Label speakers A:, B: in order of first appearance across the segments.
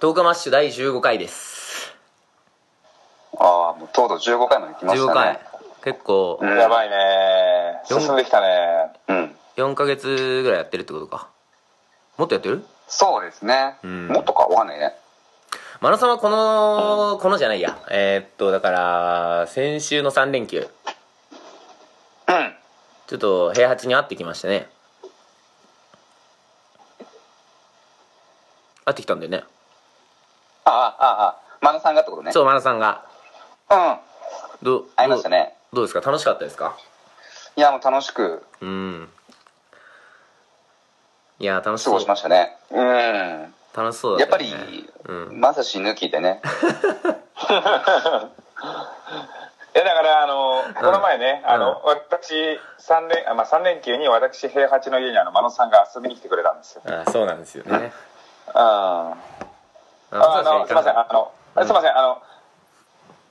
A: 10日マッシュ第15回です。
B: ああ、もうとうとう15回まで来まし
A: 15
B: た
A: 回
B: ね。。
A: 結構、
B: うん
C: やばいね
A: 四
C: 進んできたね
B: うん。
A: 4ヶ月ぐらいやってるってことか。もっとやってる
B: そうですね。
A: うん
B: もっとかわかんないね。
A: マナさんはこの、このじゃないや。えーっと、だから、先週の3連休、
B: うん。
A: ちょっと平八に会ってきましたね。会ってきたんだよね。
B: ああ、ああ、ああ。マナさんがってことね。う。
A: そう、マナさんが。
B: ん。
A: どう、
B: 会いましたね。
A: どうどうですか楽しかったですか
B: いや、もう楽しく
A: うん。いや、楽しそ
B: 過ご
A: う
B: し。ましたね。うん。
A: 楽しそうだ
B: やっぱ
A: ったよ
B: り
A: ね、うん。
B: まさし抜きでね。
C: いやだからあのこの前ね、あの私三連あ、まあ、3連休に私平八の家にあの真野さんが遊びに来てくれたんですよ
A: あそうなんですよね。
C: あ
A: あ
C: あのすいません
A: あ
C: あの、すいませんあの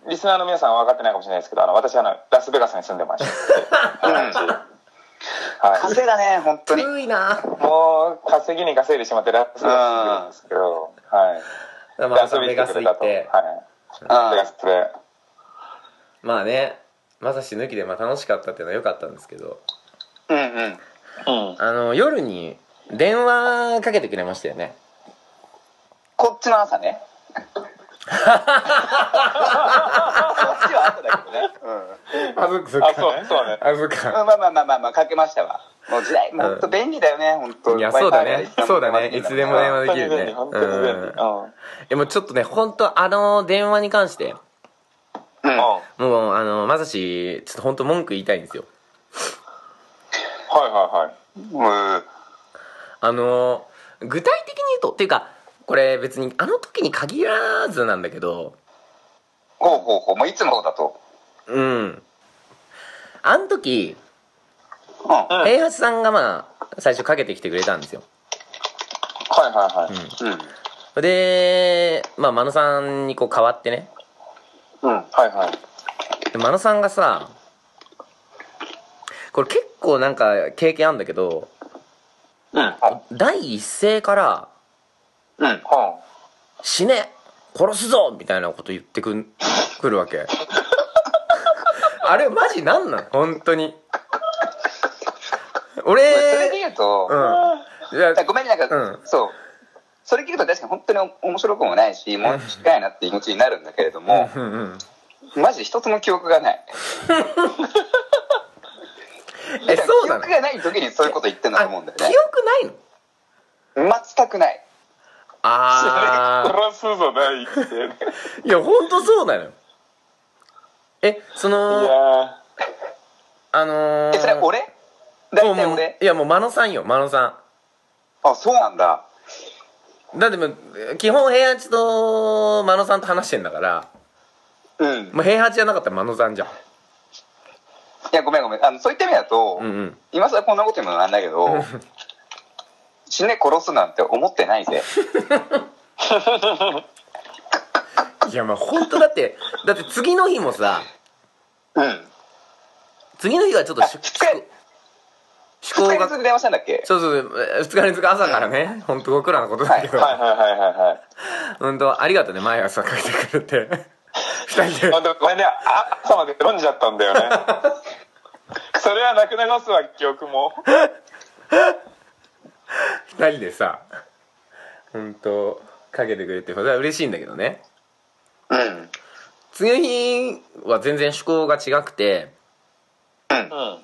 C: リスナーの皆さんは分かってないかもしれないですけどあの私あのラスベガスに住んで まして、はい、
B: 稼いだね、本当に。
A: 古いな。
C: もう稼ぎに稼いでしまってラスベガスに住んでるんですけど、はい、
A: まあ、ベガス行って。
C: はい、ベガスで
A: まあね、まさし抜きでまあ楽しかったっていうのは良かったんですけど、
B: うんうん。
C: うん
A: あの、夜に電話かけてくれましたよね。
B: こっちの朝ね。こっちは朝だけどね。うん
A: あ、そっか、そ
C: あそうそうね
A: あ、そっ
B: う
A: か。
B: ん。まあまあまあまあまあ、かけましたわ。もう時代、もっと便利だよね、本当
A: いや、そうだね。そうだね。いつでも電
B: 話。
A: 話できるね。
C: 本当に便利
A: う
C: 本
A: ん
C: 当に便利
A: でもちょっとね、本当あの、電話に関して、
B: うん。
C: うん、うんはい
A: もう、あの、まさし、ちょっと本当文句言いたいんですよ。
C: はいはい
B: うん
A: あの、具体的に言うと、っていうか、これ別にあの時に限らずなんだけど、
B: ほうほうほう。もういつもそうだと。
A: うん。あの時、
B: うん。う
C: うん
A: 平八さんがまあ、最初かけてきてくれたんですよ。
C: はいはいはい、
B: ん。
A: で、まあ、真野さんにこう変わってね。
B: うん。
C: はいはい
A: で、真野さんがさ、これ結構なんか経験あるんだけど、
B: うん。
A: 第一声から、
B: うん。
C: は
A: 死ね殺すぞみたいなこと言ってくん、くるわけ。あれマジなんなん本当に。俺、
B: それで言うと、
A: うん。いや
B: ごめんねなんか、
A: うん
B: そう。それ聞くと確かに本当に面白くもないし、もう近いなっていう気持ちになるんだけれども、
A: うんうん。
B: マジで一つも記憶がない。
A: え、そう
B: 記
A: な
B: 憶
A: の
B: がない時にそういうこと言ってんだと思うんだよ
A: あ
B: ね
A: 記。憶ないの
B: 全くない。
A: あー。
C: い殺すぞないってね
A: いや、ほんとそうなのよ。え、そ
C: い
A: の、
C: や
A: あのー、
B: え、それ俺だいたい
A: もうも
B: 俺
A: ういや、もう、真野さんよ、真野さ
B: あ、そうなんだ。
A: ん。だってもう、基本、平八と真野さんと話してんだから、
B: うん。い
A: もう平八じゃなかったら真野さんじゃん。
B: や、ごめんごめん。あの、そういった意味だと、
A: うんうん。
B: 今更こんなこと言うのもなんだけど、死ね殺すなんて思ってないぜ。
A: いや、まあ、ほんとだって、だって次の日もさ、
B: うん。
A: 次の日はちょっとし、し
B: 2
A: 思
B: 日
A: 考
B: 連
A: が、
B: 続電話したんだっけ
A: そうそう、え二日連続朝からね、ほんとご苦労なことだけ
C: ー
A: ど、
C: はいはいはいはいはい
A: ほんと、ありがとうね、毎朝かけてくれて。 二人で。
C: 本当ごめんねあ朝まで飲んじゃったん だよねそれはなくなりますわ記憶も
A: 二人でさ本当かけてくれてそれは嬉しいんだけどね
B: うん。うん。
A: 次の日は全然趣向が違くて
C: うん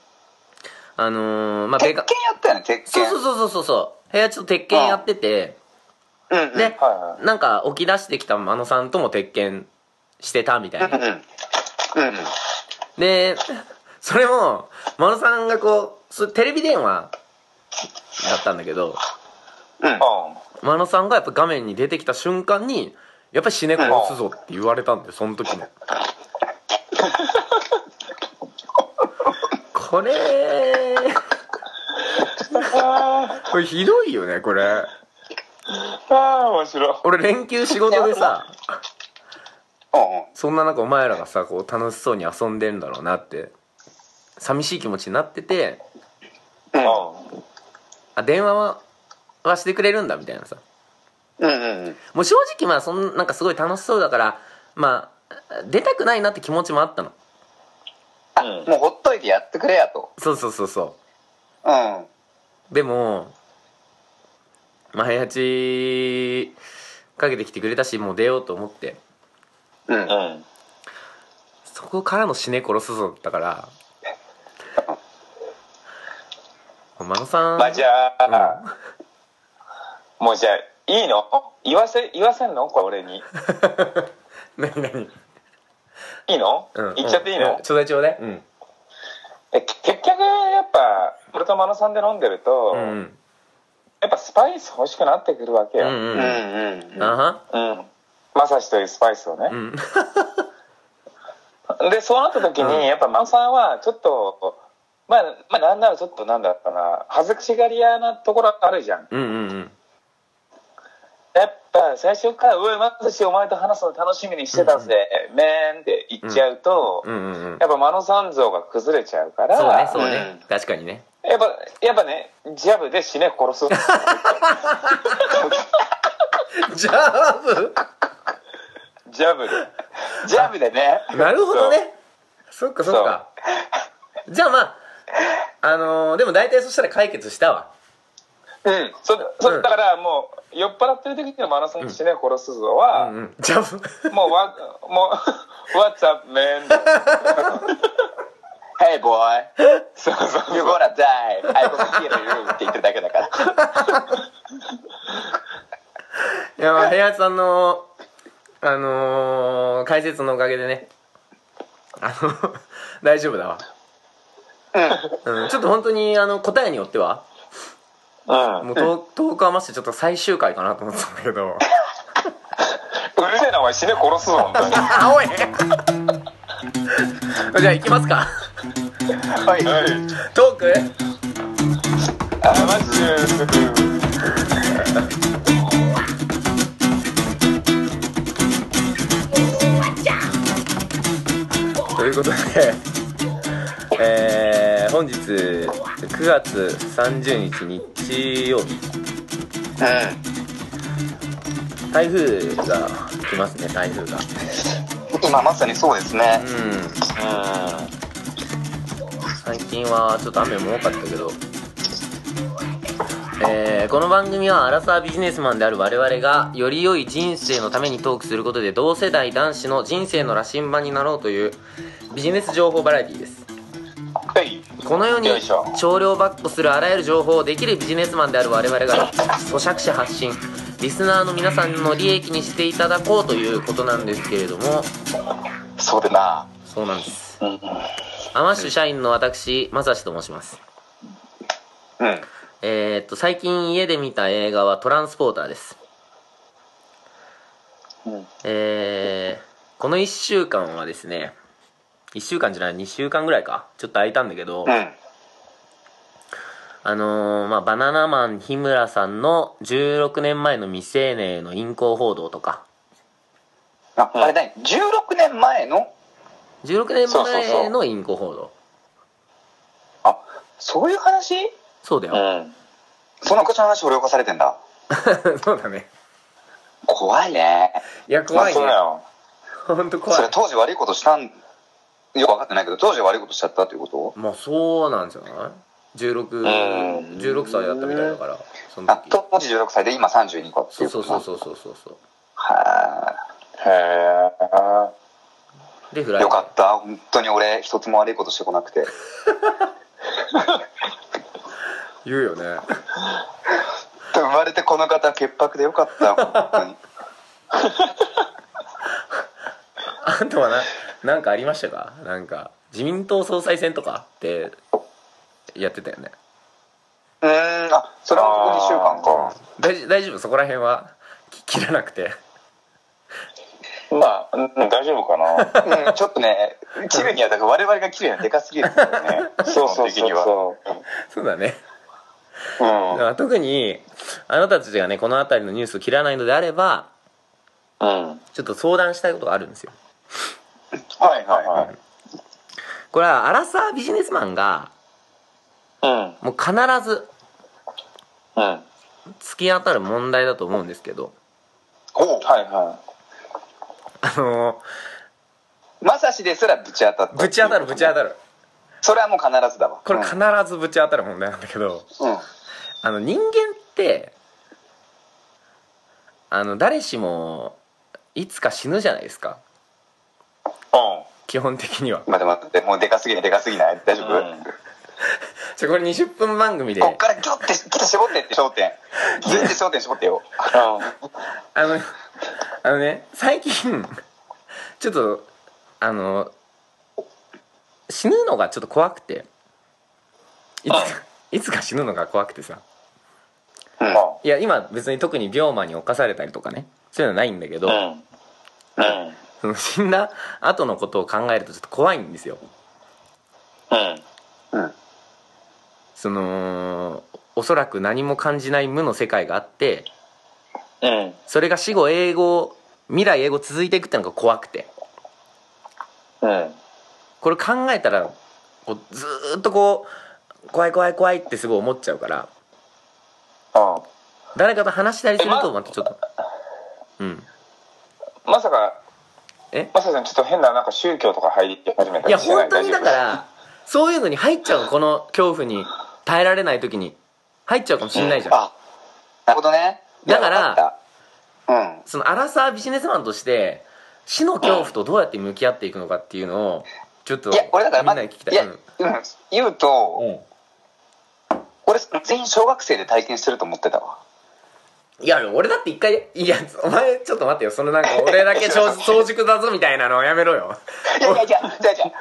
A: あのー、まあ
B: 鉄
A: ベ
B: 拳や
A: ガ
B: ったよね、鉄
A: そう
B: 拳。
A: そうそうそうそう部屋ちょっと鉄拳やってて
B: うんうん。
A: で、
C: は
A: なんか起き出してきた真野さんとも鉄拳してたみたい
B: うん
A: な
B: うん。うんうん。
A: でそれも真野さんがこうそうテレビ電話だったんだけど
B: うん。
A: 真野さんがやっぱ画面に出てきた瞬間にやっぱり死ね殺すぞって言われたんでその 時もこれ
C: あ
A: これひどいよねこれ
C: ーあー面白い
A: 俺連休仕事でさ
B: うんうん
A: そんな中お前らがさこう楽しそうに遊んでんだろうなって寂しい気持ちになってて
C: うん
A: あ電話ははしてくれるんだみたいなさ
B: うんうんうん。
A: もう正直まあそんなんかすごい楽しそうだからまあ出たくないなって気持ちもあったの
B: あ、
C: うん
B: もうほっといてやってくれやと。
A: そうそうそうそ
B: うん。
A: うでもまあ早八かけてきてくれたしもう出ようと思って
B: うん。
C: うん。うん。
A: そこからの死ね殺すぞだった からもう真野さん
C: まあじゃあ、もうじゃあ、いいの言わせ、言わせんのこれ俺に。
A: 何何
C: いいの、
A: うん
C: 言っちゃっていいの、
A: うんちょうだいちょうだいうん
C: え結局やっぱ俺と真野さんで飲んでると、
A: うんうん
C: やっぱスパイス欲しくなってくるわけ
A: う
C: よ
A: ん
B: う
A: うんん
B: うん。
A: あは
C: うんまさしというスパイスを
A: う
C: ね、
A: ん
C: でそうなった時に、
A: うん
C: やっぱ真野さんはちょっとまあ、まあ、なんならちょっとなんだったかな恥ずかしがり屋なところあるじゃん
A: うんうんうん
C: やっぱ最初から「うわまさしお前と話すの楽しみにしてたぜ、めーん」って言っちゃうと、
A: うんうんうん
C: やっぱ真野さん像が崩れちゃうから
A: そうねそうね、
B: うん
A: 確かにね
C: やっぱやっぱねジャブで死ね殺す
A: ジャー
C: ジャブで
B: ジャブでね。
A: ブなるほどねそっかそっかじゃあまああのーでも大体そしたら解決したわ
B: うん。
C: そそ
A: うん
C: だからもう酔っ払ってる時のマラソン死ね殺すぞ
A: うん
C: は、
A: うんジャブ
C: もうわもう「What's up man」
B: Hey boy,
C: そうそう
B: you're gonna die. I will kill you って言ってるだけだから。
A: いやまあ平八さんのあのー解説のおかげでねあの大丈夫だわうん、ちょっと本当にあの答えによっては
C: うん
A: もう遠遠く余してちょっと最終回かなと思ってたんだけど
C: うるせえなお前死ね殺すぞ本当に
A: あおい じゃあ行きますか
B: はい。
A: トーク
C: あマ ジで
A: ということで、えー、本日9月30日日曜日
B: う
A: 台風が来ますね台風が
B: ん。 今まさにそうですね
A: う。ん
C: う
A: 最近はちょっと雨も多かったけど、えーこの番組はアラサービジネスマンである我々がより良い人生のためにトークすることで同世代男子の人生の羅針盤になろうというビジネス情報バラエティです
C: んはい
A: このように
C: よいしょ
A: 少量バックするあらゆる情報をできるビジネスマンである我々が咀嚼し発信リスナーの皆さんの利益にしていただこうということなんですけれども
B: そうでな。
A: そうなんです
B: うん。うん。
A: アマッシュ社員の私正志と申しますえーっと最近家で見た映画は「トランスポーター」です、
B: うん
A: えーこの1週間はですね1週間じゃない2週間ぐらいかちょっと空いたんだけど、
B: うん。
A: あのーまあ、バナナマン日村さんの16年前の未成年への淫行報道とか
B: あ、あれだね。16年前の、
A: 16年
C: そうそうそ
A: 前
C: う
A: の淫行報道そう
B: あ、そういう話
A: だ
C: う
A: よ、
C: ん
B: その昔の話掘り起こされてんだ。
A: そうだね
B: 怖いね。
A: いや
C: まあ
A: 怖い
C: そう
A: ね
C: だよ
A: 本当怖
B: それ
A: い
B: 当時悪いことしたん、よく分かってないけど、当時悪いことしちゃったっていうこと
A: まあそうなんじゃない
C: うん
A: 16, 16歳だったみたいだからその
B: あ、
A: 時
B: 当時16歳で今32個って
A: そ
B: いううこ
A: そうそうそ
B: と
A: うそうそうそう
B: は
C: へえ
A: でフ
B: い
A: ライデー
B: よかった本当に俺一つも悪いことしてこなくて
A: 言うよね
B: 生まれてこの方潔白でよ かった本当に
A: あんたはななんかありましたかなんか自民党総裁選とかってやってたよね
B: うーんあそれはここ2週間
A: 大
B: か
A: 丈大丈夫そこら辺はき切らなくて
C: まあ、うん大丈夫かな
B: うん、ちょっとね切るにはだから我々が切るにはでかすぎるんだよね
C: そうそう
B: 基本的
C: そう
B: には
C: そう
A: そうだね
C: うん
A: まあ特にあなたたちがねこの辺りのニュースを切らないのであれば
C: うん
A: ちょっと相談したいことがあるんですよ
C: はいはいはい
A: これはアラサービジネスマンが
C: うん
A: もう必ず
C: うん
A: 突き当たる問題だと思うんですけど
B: おう
C: はいは
A: あの
B: まさしですらぶち当たった。
A: ぶち当たるぶち当たる
B: それはもう必ずだわ。
A: これ
B: うん
A: 必ずぶち当たる問題なんだけど
B: うん。
A: あの人間ってあの誰しもいつか死ぬじゃないですか
C: い
A: 基本的には
B: 待って待って、もうでかすぎない、でかすぎない。大丈夫、
C: うん
A: ちょこれ20分番組で
B: こっからギョって、ギュッて絞ってって、焦点。ギュッて焦点絞ってよ。
C: うんうん
A: あのあのね最近ちょっとあの死ぬのがちょっと怖くていつか
C: あ
A: いつか死ぬのが怖くてさ
B: うん。
A: いや今別に特に病魔に侵されたりとかねそういうのはないんだけど、
C: うんうん
A: その死んだ後のことを考えるとちょっと怖いんですよ
C: うん
B: うん。
A: そのおそらく何も感じない無の世界があって
C: うん
A: それが死後英語未来英語続いていくってのが怖くて
C: うん
A: これ考えたらこうずーっとこう怖い怖い怖いってすごい思っちゃうから
C: うん
A: 誰かと話したりする
C: え
A: と
C: ま
A: またちょっとうん
C: まさか
A: え
C: まささんちょっと変ななんか宗教とか入り始めた
A: いや
C: りしてな
A: 本
C: い
A: 当にだか
C: 大丈
A: らそういうのに入っちゃうのこの恐怖に耐えられない時に入っちゃうかもしんないじゃん
B: あ、なるほどね。
A: だから
B: いやわったうん。
A: そのアラサービジネスマンとして死の恐怖とどうやって向き合っていくのかっていうのをちょっと
B: い
A: み
B: や、俺だから
A: んな
B: ま
A: に聞きた
B: い
A: い
B: や、
A: う
B: うん
A: ん、
B: 言うと、
A: うん
B: 俺、全員小学生で体験してると思ってたわ。
A: いや俺だって一回いやお前ちょっと待ってよそのなんか俺だけ 超早熟だぞみたいなのやめろよ
B: いやいやいや、じゃあじゃあ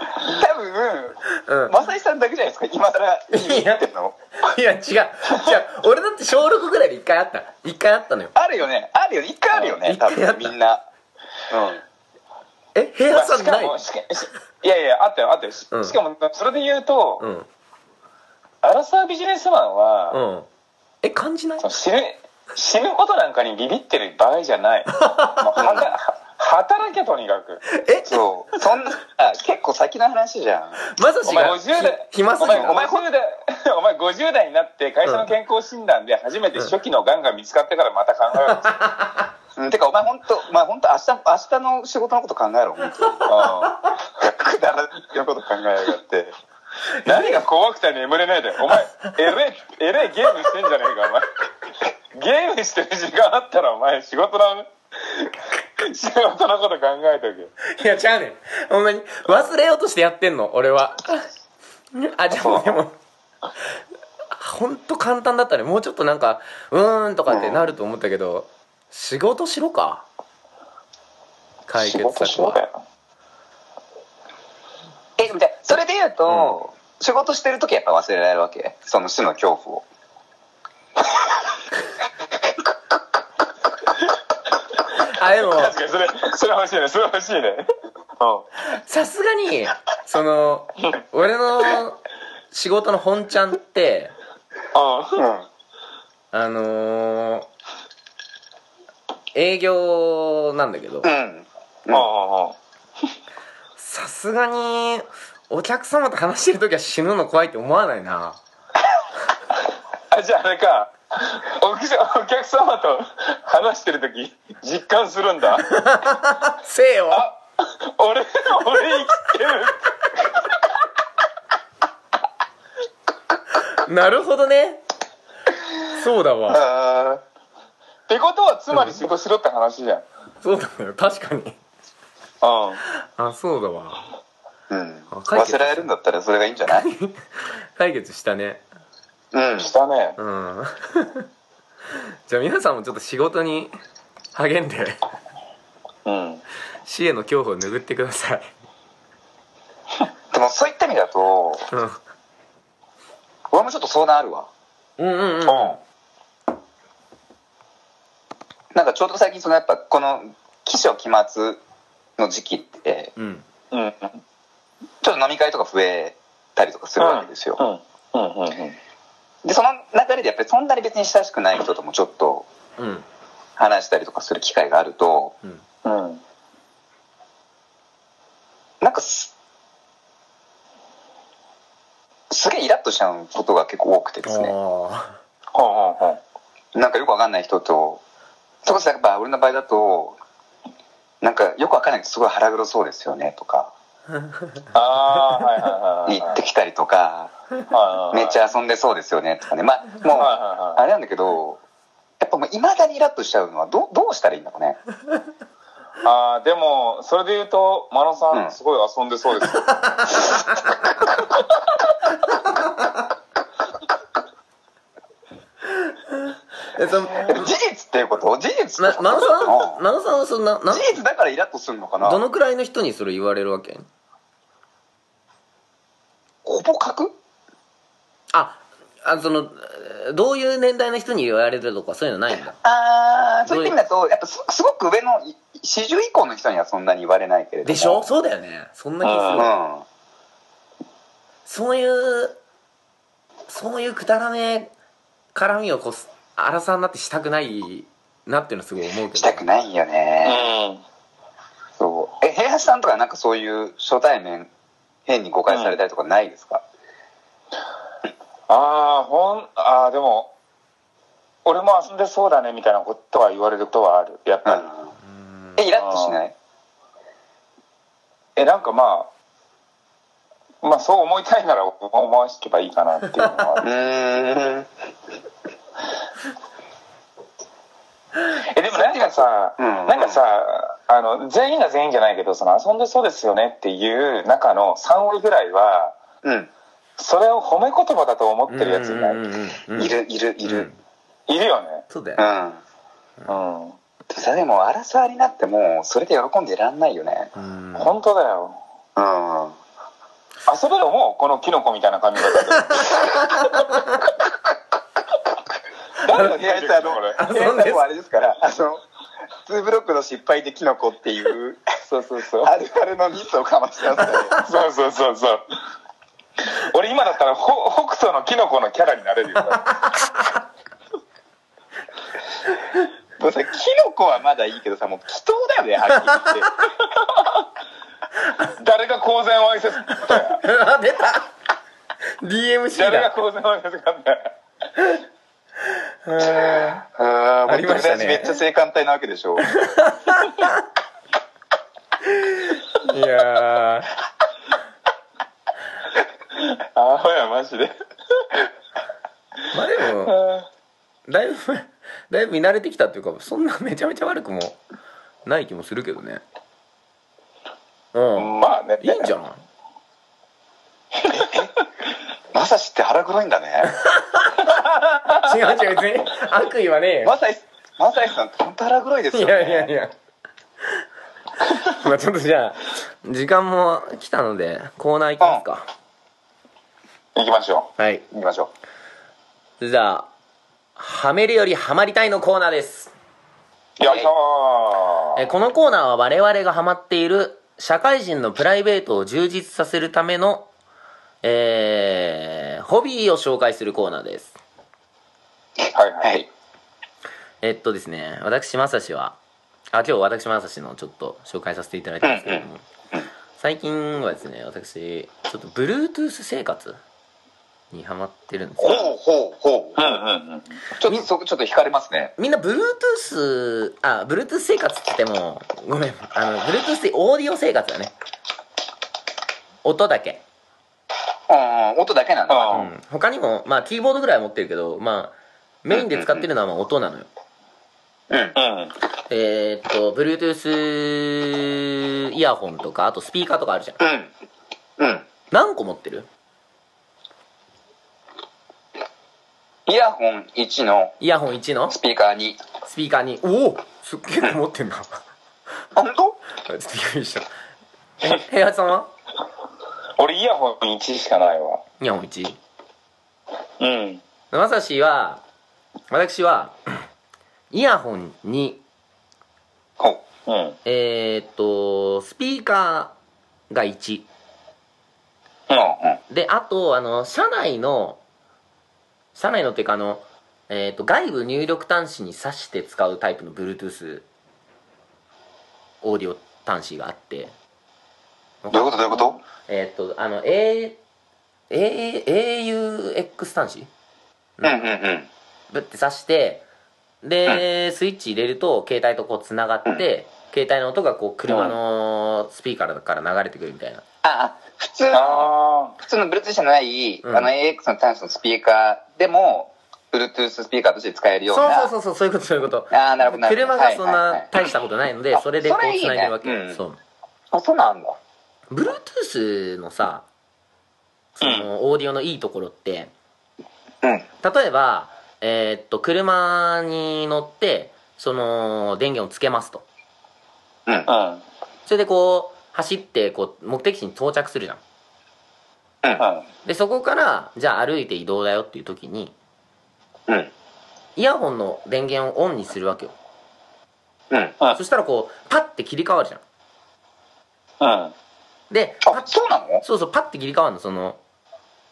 B: 多分、
A: うん
B: マサイさんだけじゃないですか、今更言いに言ってんの。
A: いや違う違う俺だって小6ぐらいで一回あった一回あったのよ
B: あるよね、あるよね、一回あるよね、
A: 一
B: 多
A: 回あ
B: 分
A: った
B: みんな。
A: え部
C: 夫
A: 屋
C: まあ
A: さ
C: し
A: んな
C: か
A: い
C: もしかしいやいやあったよあったよし
A: うん
C: しかもそれで言うと
A: うん
C: アラサービジネスマン
A: うん
C: は
A: え感じない
C: その死ぬ死ぬことなんかにビビってる場合じゃないまあはた働けとにかく
A: え
B: うん。そう。そんな、あ結構先の話じゃん。
A: まさし
C: お前
A: が
C: 50代
A: ひ暇す
C: お
A: ぎ
C: 前
A: た
C: お前50代 お前50代になって会社の健康診断で初めて初期のがんが見つかってからまた考えるんですよ
B: うん、てか、お前ほんと、お前ほんと明日、明日の仕事のこと考えろ、ほんと。くだらないこと考えやがって。
C: うん何が怖くて眠れないでお前えれえれゲームしてんじゃねえかお前ゲームしてる時間あったらお前仕事の仕事のこと考えとけよ
A: いや、違うねん。ほんまに、忘れようとしてやってんの、俺は。あ、でも、でも、ほんと簡単だったね。もうちょっとなんか、うーんとかってなると思ったけど、仕事しろか。解決
C: 仕事し
A: 策
C: ろだ
A: は。
C: よ
B: え、みたいな。それで言うと、仕事してるときやっぱ忘れられるわけ。その死の恐怖を。
A: あ、でも、
C: 確かにそれそれ欲しいねそれ欲しいねう
A: さすがに、その、俺の仕事の本ちゃんって、
C: んうん
A: あのー営業なんだけど
B: う、ん。
C: うんうんうん
A: さすがにお客様と話してる時は死ぬの怖いって思わないな
C: あじゃああれかお客お客様と話してる時実感するんだ
A: せえよ
C: 俺俺生きてる
A: なるほどねそうだわ
B: あ
C: ってことはつまり仕事しろって話じゃん
A: そうだよ確かに
C: うん
A: あそうだわ
B: ーうん。
A: 解決
B: 忘れられるんだったらそれがいいんじゃないう
A: 解決したね
B: ん。
C: したね
A: うん じゃあ皆さんもちょっと仕事に励んで
C: うん
A: 死への恐怖を拭ってください
B: でもそういった意味だと、
A: うん
B: 俺もちょっと相談あるわ。
A: うんうんうん
B: なんかちょうど最近そのやっぱこの起承期末の時期って、
A: うん
C: うんうん
B: ちょっと飲み会とか増えたりとかするわけですよ。
C: うんうんうんうん
B: で、その流れでやっぱりそんなに別に親しくない人ともちょっと
A: うん
B: 話したりとかする機会があると、
A: うん
C: うん
B: なんかす、すげえイラッとしちゃうことが結構多くてですね。
A: あ
C: ほうほうほう
B: なんかよくわかんない人と、それこそやっぱ俺の場合だとなんかよくわかんないけどすごい腹黒そうですよねとか
C: ああ、はいはいはい
B: 言ってきたりとか
C: はい。
B: めっち
C: ゃ。
B: ゃ遊んでそうですよねとかねまあもう
C: はいはいは
B: あ
C: い
B: れなんだけどやっぱもういまだにイラッとしちゃうのはどどうしたらいいんだろうね
C: ああ、でも、それで言うと、マロさ
B: うん
C: ん、すごい遊んでそうですよ。
A: えその
B: でも事実っていうこと事実
A: ま
B: ってこと
A: マロさ
B: うん
A: んマロさんはそんなな
B: 事実だからイラッとするのかな
A: どのくらいの人にそれ言われるわけ
B: ほぼ角
A: ああそのえーどういう年代の人に言われるとかそういうのないんだ
B: あーそういった意味だとやっぱすすごく上の40以降の人にはそんなに言われないけれども
A: でしょそうだよねそんな気
B: う
A: するわ
B: ん
A: そういうそういうくだらねえ絡みをこす荒さになってしたくないなっていうのすごい思うけど
B: したくないよ
C: う
B: ね、
C: ん。
B: そうえ平八さんとかなんかそういう初対面変に誤解されたりとかないですか、
C: ああ、ほん、ああ、でも、俺も遊んでそうだね、みたいなことは言われることはある。やっ
B: うん
C: ぱり。
B: えイラッとしない
C: え、なんかまあ、まあそう思いたいなら思わしけばいいかなっていうのはあ
B: う
C: る。
B: ーん
C: え、でもなんかさ、
B: うん
C: なんかさ、あの、全員が全員じゃないけど、その遊んでそうですよねっていう中の3割ぐらいは、
B: うん
C: それを褒め言葉だと思ってるやついない。
A: うんうんうんうんうん
B: いるいるいる
A: う
B: うんん、
C: いるよね。
A: そうだよね
C: うん。
B: それでも争いになってもそれで喜んでいらんないよね
A: うん
C: 本当だよ。
B: うん
C: 遊べるもうこのキノコみたいな髪型 で。誰が
B: いやあい
C: 出てる
B: つあ
C: のこれ。
B: の
A: れ
B: いやでもあれですからあの2ブロックの失敗でキノコっていう
C: そうそうそう。
B: あるあるのミスをかましたんですよね
C: そうそうそうそう。俺今だったらほ北斗のキノコのキャラになれ るよ。
B: でもさキノコはまだいいけどさもう祈祷だよねはっきり言っ て
C: 誰が公然わいせつ。
A: あ 出た DMC
C: 誰が
A: だ
C: 公然わいせつかんだよ。
B: あ
A: ありましたね
B: めっちゃ正反対なわけでし ょ
A: いやー
C: あほやマジで。
A: まあでもだいぶ だいぶ見慣れてきたっていうかそんなめちゃめちゃ悪くもない気もするけどねうん
C: まあね。
A: いいんじゃない
B: マサシって腹黒いんだね
A: 違う違う別に悪意はねえよ
B: マサイマサイさんって本当腹黒いです
A: い
B: よね
A: やいやいやまあちょっとじゃあ時間も来たのでコーナー行きますか、
C: 行きましょ
A: はい
B: 行きましょ
A: じゃあはめるよりはまりたいのコーナーです
C: う。よいしょ
A: えーこのコーナーは我々がハマっている社会人のプライベートを充実させるための、えーホビーを紹介するコーナーです。
C: ー。はいう
B: は
C: はい。
B: い
A: えっとですね、私、まさしは、あ、今日私、まさしのちょっと紹介させていただいたんですけれども、最近はですね、私、ちょっと Bluetooth 生活にハマってるんです
B: ほう
A: よ。
B: ほうほう
C: うんうんうん。
B: ちょっとそこちょっと惹かれますね
A: みんな Bluetooth、あ、Bluetooth 生活って言っても、ごめん、あの、Bluetooth ってオーディオ生活だね。音だけ。
B: うん音だけなんだ
C: あ
A: うん、他にも、まあ、キーボードぐらいは持ってるけど、まあ、メインで使ってるのはまあ音なのよ。
B: うん
C: うん。
A: えーっと、Bluetooth イヤホンとか、あとスピーカーとかあるじゃん。
B: うんうん
A: 何個持ってる
B: イヤホン1の
A: イヤホン1の
B: スピーカー2
A: スピーカーに。おおすっげえ持ってんな。ち
B: あ本当
A: ょっとびっくりした。え、平八さんは
C: 俺イヤホン1しかないわ。
A: イヤホン 1?
C: うん。
A: まさしは、私は、 イヤホン2、
B: ほう
C: うん。
A: えーっと、スピーカーが1。
B: うんうん
A: であとあの社内の社内のっていうかあの、えー、と外部入力端子に挿して使うタイプの Bluetooth オーディオ端子があって
B: どういうことどういうこと
A: えっ、とあの A A AUX 端子
B: うんうんうん
A: ぶって挿してで、スイッチ入れると携帯とこうつながって、携帯の音がこう車のスピーカーから流れてくるみたいな
B: あ、普通の、
C: あ
B: 普通の Bluetooth じゃない、
A: うん
B: あの AX の端子のスピーカーでも、Bluetooth スピーカーとして使えるような。
A: そうそうそうそうそういうことそういうこと
B: あーなるほどなるほど
A: 車がそん
B: はいはいは
A: ない大したことないので、
B: あ
A: それでこ
B: それ
A: う
B: いい
A: つ
B: ね
A: ないでるわけ
B: うん
A: そう
B: あ、そうなんだ。
A: Bluetooth のさその、オーディオのいいところって
B: うん。
A: 例えばえーっと車に乗ってその電源をつけますと
B: うん。
C: あ。うん。
A: それでこう走ってこう目的地に到着するじゃん
C: うん。
A: でそこからじゃあ歩いて移動だよっていう時に
B: うん。
A: イヤホンの電源をオンにするわけよ
B: うん。
A: そしたらこうパッて切り替わるじゃん
C: うん。
A: でパッ、
B: あそうなの
A: そうそうパッて切り替わるのその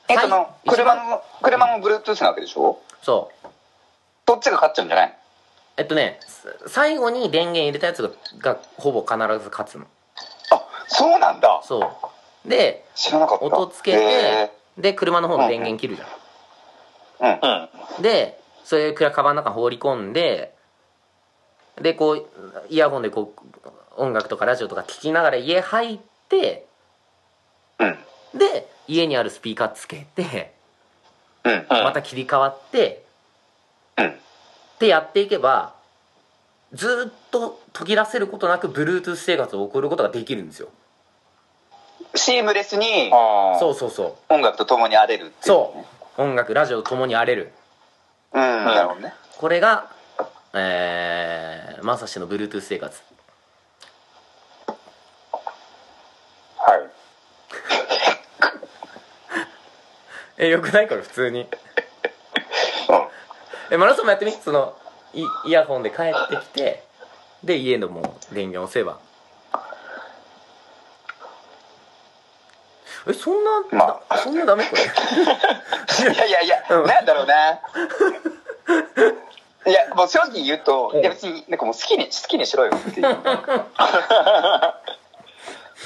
B: え、
A: はい
B: その、車の、車も Bluetooth なわけでしょ
A: そう
B: どっちが勝っちゃうんじゃない
A: えっとねす最後に電源入れたやつががほぼ必ず勝つの
B: あ、そうなんだ。
A: そうで
B: 知らなかった。
A: 音つけ
B: へ
A: てで車の方の電源切るじゃ
B: ー
C: う
B: うん。
C: ん。
A: んでそれカバンの中放り込んででこうイヤホンでこう音楽とかラジオとか聞きながら家入って
B: うん。
A: で家にあるスピーカーつけて
B: うん。
A: また切り替わって
B: うん。
A: ってやっていけばずーっと途切らせることなく Bluetooth 生活を送ることができるんですよ
B: シームレスに
C: あ
A: そうそうそう
B: 音楽と共に荒れるっていう。
A: そう音楽ラジオともに荒れる
B: う。うん。なるほどね。
A: これがえー、まさしの Bluetooth 生活
C: はい。
A: えよくないこれ普通にえマラソンもやってみそのイイヤホンで帰ってきてで家のもう電源押せばえそんな、
B: ま
A: だそんなダメこれ
B: うん。いやいやいや、
A: うん
B: なんだろう な。いや、もう正直言うと、
A: うん
B: いや別に、なんかもう好きに、好きにし ろよっていう。
C: 間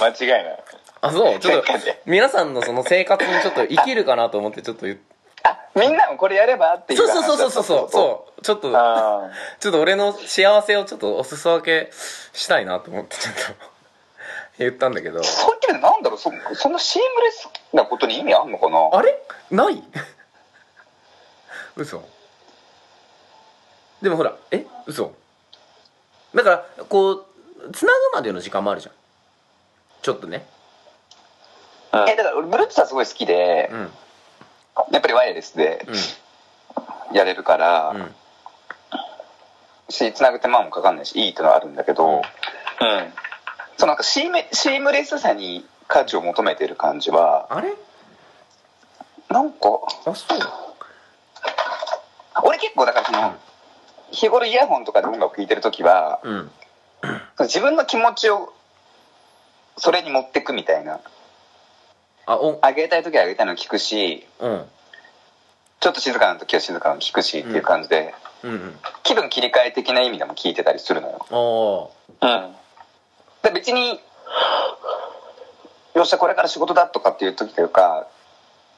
C: 違いない。
A: あそうちょ っと
B: せっかくで
A: 皆さんのその生活にちょっと生きるかなと思ってちょっと言っ
B: あ、みんなもこれやればっていう
A: そう
B: 話だ
A: そ
B: っ
A: う
B: た。
A: そうそうそうそうそうちょっと
C: ああ。
A: ちょっと俺の幸せをちょっとお裾分けしたいなと思ってちょっと 言ったんだけど。
B: そう言ってみるとなんだろうそそんなシームレスなことに意味あんのかな
A: あれない 嘘でもほら、え嘘だから、こう、つなぐまでの時間もあるじゃん。ちょっとね。
B: えだから俺ブルートゥースはすごい好きで、
A: うん。うん。
B: やっぱりワイヤレスでやれるか
A: う
B: ら、
A: ん。
B: しつなぐ手間もかかんないしいいってのはあるんだけど、
A: うん
C: うん。
B: そのなんかシームシームレスさに価値を求めてる感じは
A: あれ
B: なんか
A: あ、そう
B: 俺結構だからその、日頃イヤホンとかで音楽聴いてる時は
A: うん。
B: その自分の気持ちをそれに持ってくみたいな
A: あ、お、
B: 上げたい時は上げたいの聞くし
A: うん。
B: ちょっと静かな時は静かなの聞くしっていう感じで。
A: うんうん。
B: 気分切り替え的な意味でも聞いてたりするのよ
A: お
C: うん。
B: で別によっしゃこれから仕事だとかっていう時というか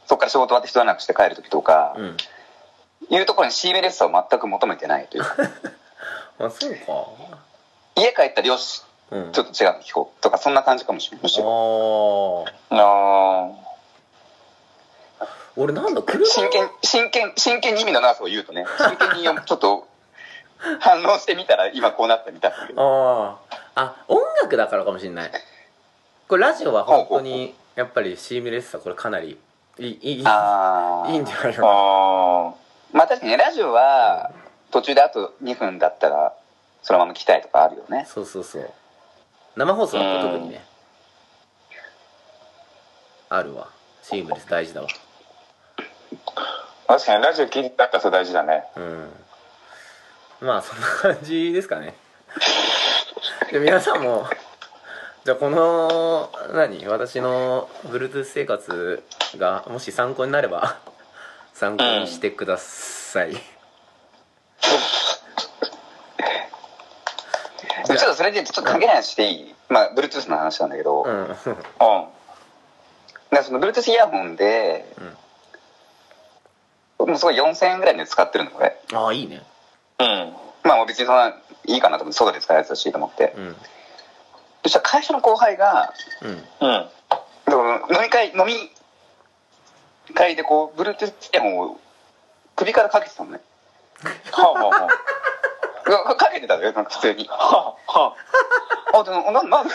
B: そこから仕事終わって一段落して帰る時とか
A: ー。、うん。
B: いうところにシームレスさを全く求めてないというか
A: あ、そうか。
B: 家帰ったらよし
A: うん。
B: ちょっと違うの聞こうとかそんな感じかもしれないむしろ
A: ああ。
C: あ
A: 俺なんだ、車
B: 真剣真剣真剣に意味のなさを言うと ね真剣にちょっと反応してみたら今こうなったみたいだけど
A: あああ音楽だからかもしれないこれラジオは本当にやっぱりシームレスさこれかなりいいいいいいんじゃ
B: ああ
A: ない
C: あ。
A: の
C: あ
B: まあ確かにねラジオは途中であと2分だったらそのまま聞きたいとかあるよね
A: そうそうそう生放送だと特にねあるわシームレス大事だわ
C: あ。確かにラジオ聞いたらそれ大事だね。
A: うんまあそんな感じですかねで皆さんもじゃあこの何私の Bluetooth 生活がもし参考になれば参考にしてください、
B: ちょっとそれでちょっと関係ない話していい、まあ Bluetooth の話なんだけど、
A: う
B: だか
A: ん、
C: うん。
B: らその Bluetooth イヤホンで、僕もうすごい4000円ぐらいで使ってるのこれ
A: ああいいね
C: うん。
B: まあもう別にそんないいかなと思って外で使うやつだしと思って
A: うん
B: そしたら会社の後輩が
A: うん
C: うん。
B: だから飲み会飲み会でこうブルートゥースイヤホンを首からかけてたのね
C: はあ、は
B: かかけてたのよなんか普通に
C: あ、 はあ。は
B: あで もなんなんこ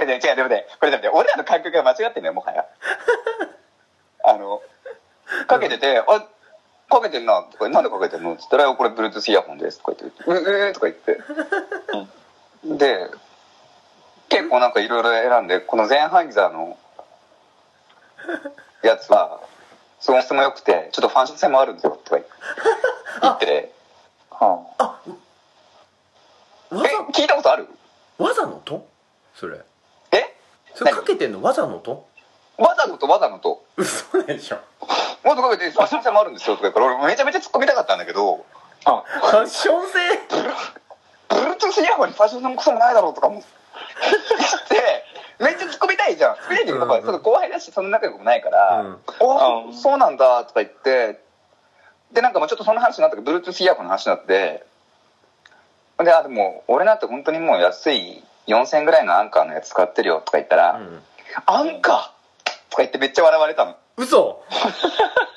B: れね違うでもねこれでもね俺らの感覚が間違ってんだよもは やあのかけてて「あかけてんな」とか「なんでかけてんの?」っつったら「これ Bluetooth イヤホンです」とか言って「うえー」とか言って、で結構なんかいろいろ選んでこのゼンハイザーのやつは損失も良くてちょっとファンシー性もあるんですよとか 言って
C: あ。はあ。
B: え
A: わざ
B: 聞いたことある
A: わざのとそれ
B: え
A: それ
B: 何
A: かけてんのわざのと
B: わざのとわざのと
A: 嘘でしょ
B: もっとかけて、ファッション性もあるんですよとか言うから、俺めちゃめちゃ突っ込みたかったんだけど、
C: あ
A: ファッション性
B: ブルートゥースイヤホンにファッション性もクソもないだろうとかも。して、めっちゃ突っ込みたいじゃん。突っ込みたいけど、
A: うんうん
B: ちょっと後輩だし、そんな仲良くもないから、
A: うん
B: お
C: うん
B: そうなんだとか言って、で、なんかまあちょっとその話になったけど、ブルートゥースイヤホンの話になって、で、あ、でも、俺なんて本当にもう安い4000円ぐらいのアンカーのやつ使ってるよとか言ったら、
A: うん
B: アンカーとか言ってめっちゃ笑われたの。
A: 嘘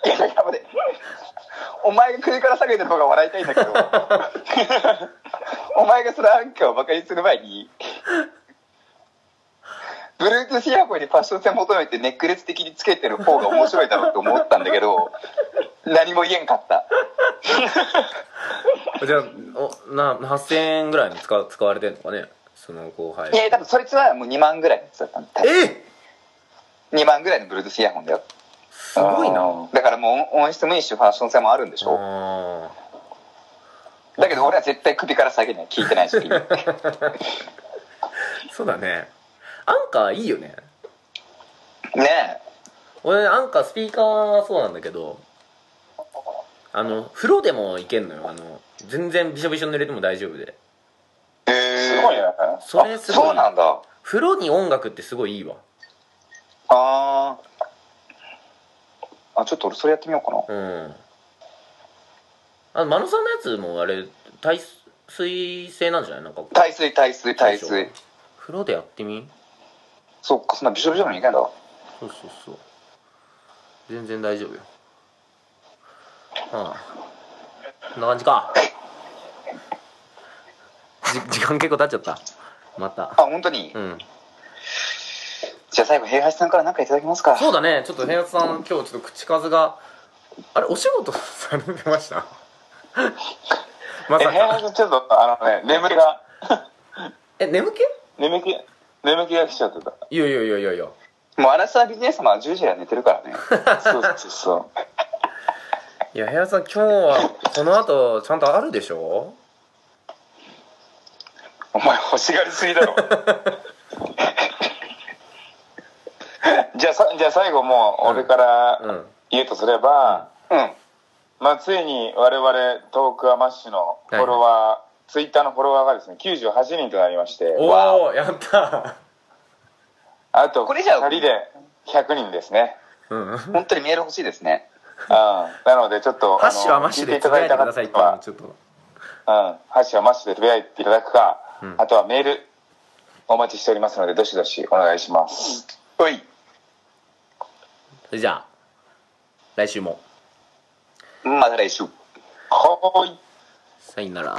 B: いやいや待ってお前が首から下げてる方が笑いたいんだけどお前がそのアンカーをバカにする前に Bluetooth イヤホンにファッション性求めてネックレス的につけてる方が面白いだろうと思ったんだけど何も言えんかった
A: じゃあおな8000円ぐらいに使使われてんのかねその後輩
B: いや多分そいつはもう2万ぐらいのやつだったんだ
A: え
B: 2万ぐらいの Bluetooth イヤホンだよ
A: すごいな
C: あ
B: だからもう音質もいいしファッション性もあるんでしょ
A: あ
B: だけど俺は絶対首から下げない聞いてないし
A: ーそうだねアンカーいいよね
B: ね
A: 俺アンカースピーカーはそうなんだけどあの風呂でもいけんのよあの全然びしょびしょ濡れても大丈夫で
B: え
C: すごいね。
A: それすごい
B: あそうなんだ
A: 風呂に音楽ってすごいいいわ
B: あーあちょっと俺それやってみようかな
A: うんあの真野さんのやつもあれ耐水性なんじゃないなんか
B: 耐水耐水耐水
A: 風呂でやってみ
B: そっかそんなびしょびしょのにいけんだ
A: そうそうそう全然大丈夫よああこんな感じかじ時間結構経っちゃったまた
B: あ本当に、
A: うん
B: じゃあ最後平八さんから何かいただけますか
A: そうだねちょっと平八さん今日ちょっと口数があれお仕事されてましたま
C: え、
A: さ
C: 平
A: か
C: 日ちょっと、あのね、眠気が、
A: え眠気
C: 眠気、眠気が来ちゃってた。
A: いやいやいやいやいや
B: もうアラサービジネスマンは10時は寝てるから ね
C: そうそうそ
A: いや平八さん今日はこの後ちゃんとあるでしょ
C: う。お前欲しがりすぎ だろ。じゃあさ、じゃあ最後もう、俺から、
A: うん
C: 言うとすれば、
B: うんあ
C: まあ、ついに我々トークアマッシュのフォロワー、ツイッターのフォロワーがですね98人となりまして
B: わ
A: おおやった
C: あと
B: こ
C: 2
B: れじゃあ
C: 人で100人ですね
A: うん
B: 本当にメール欲しいですね
C: ああなのでちょっと
A: ハッシュはマッシュでつぶやいてくださいっていうのは
C: は、
A: ちょっと
C: うん、ハッシュはマッシュでつぶやいていただくか、
A: うん
C: あとはメールお待ちしておりますのでどしどしお願いします
B: おい
A: それじゃあ来週も
B: また来週
C: ほーい
A: さよなら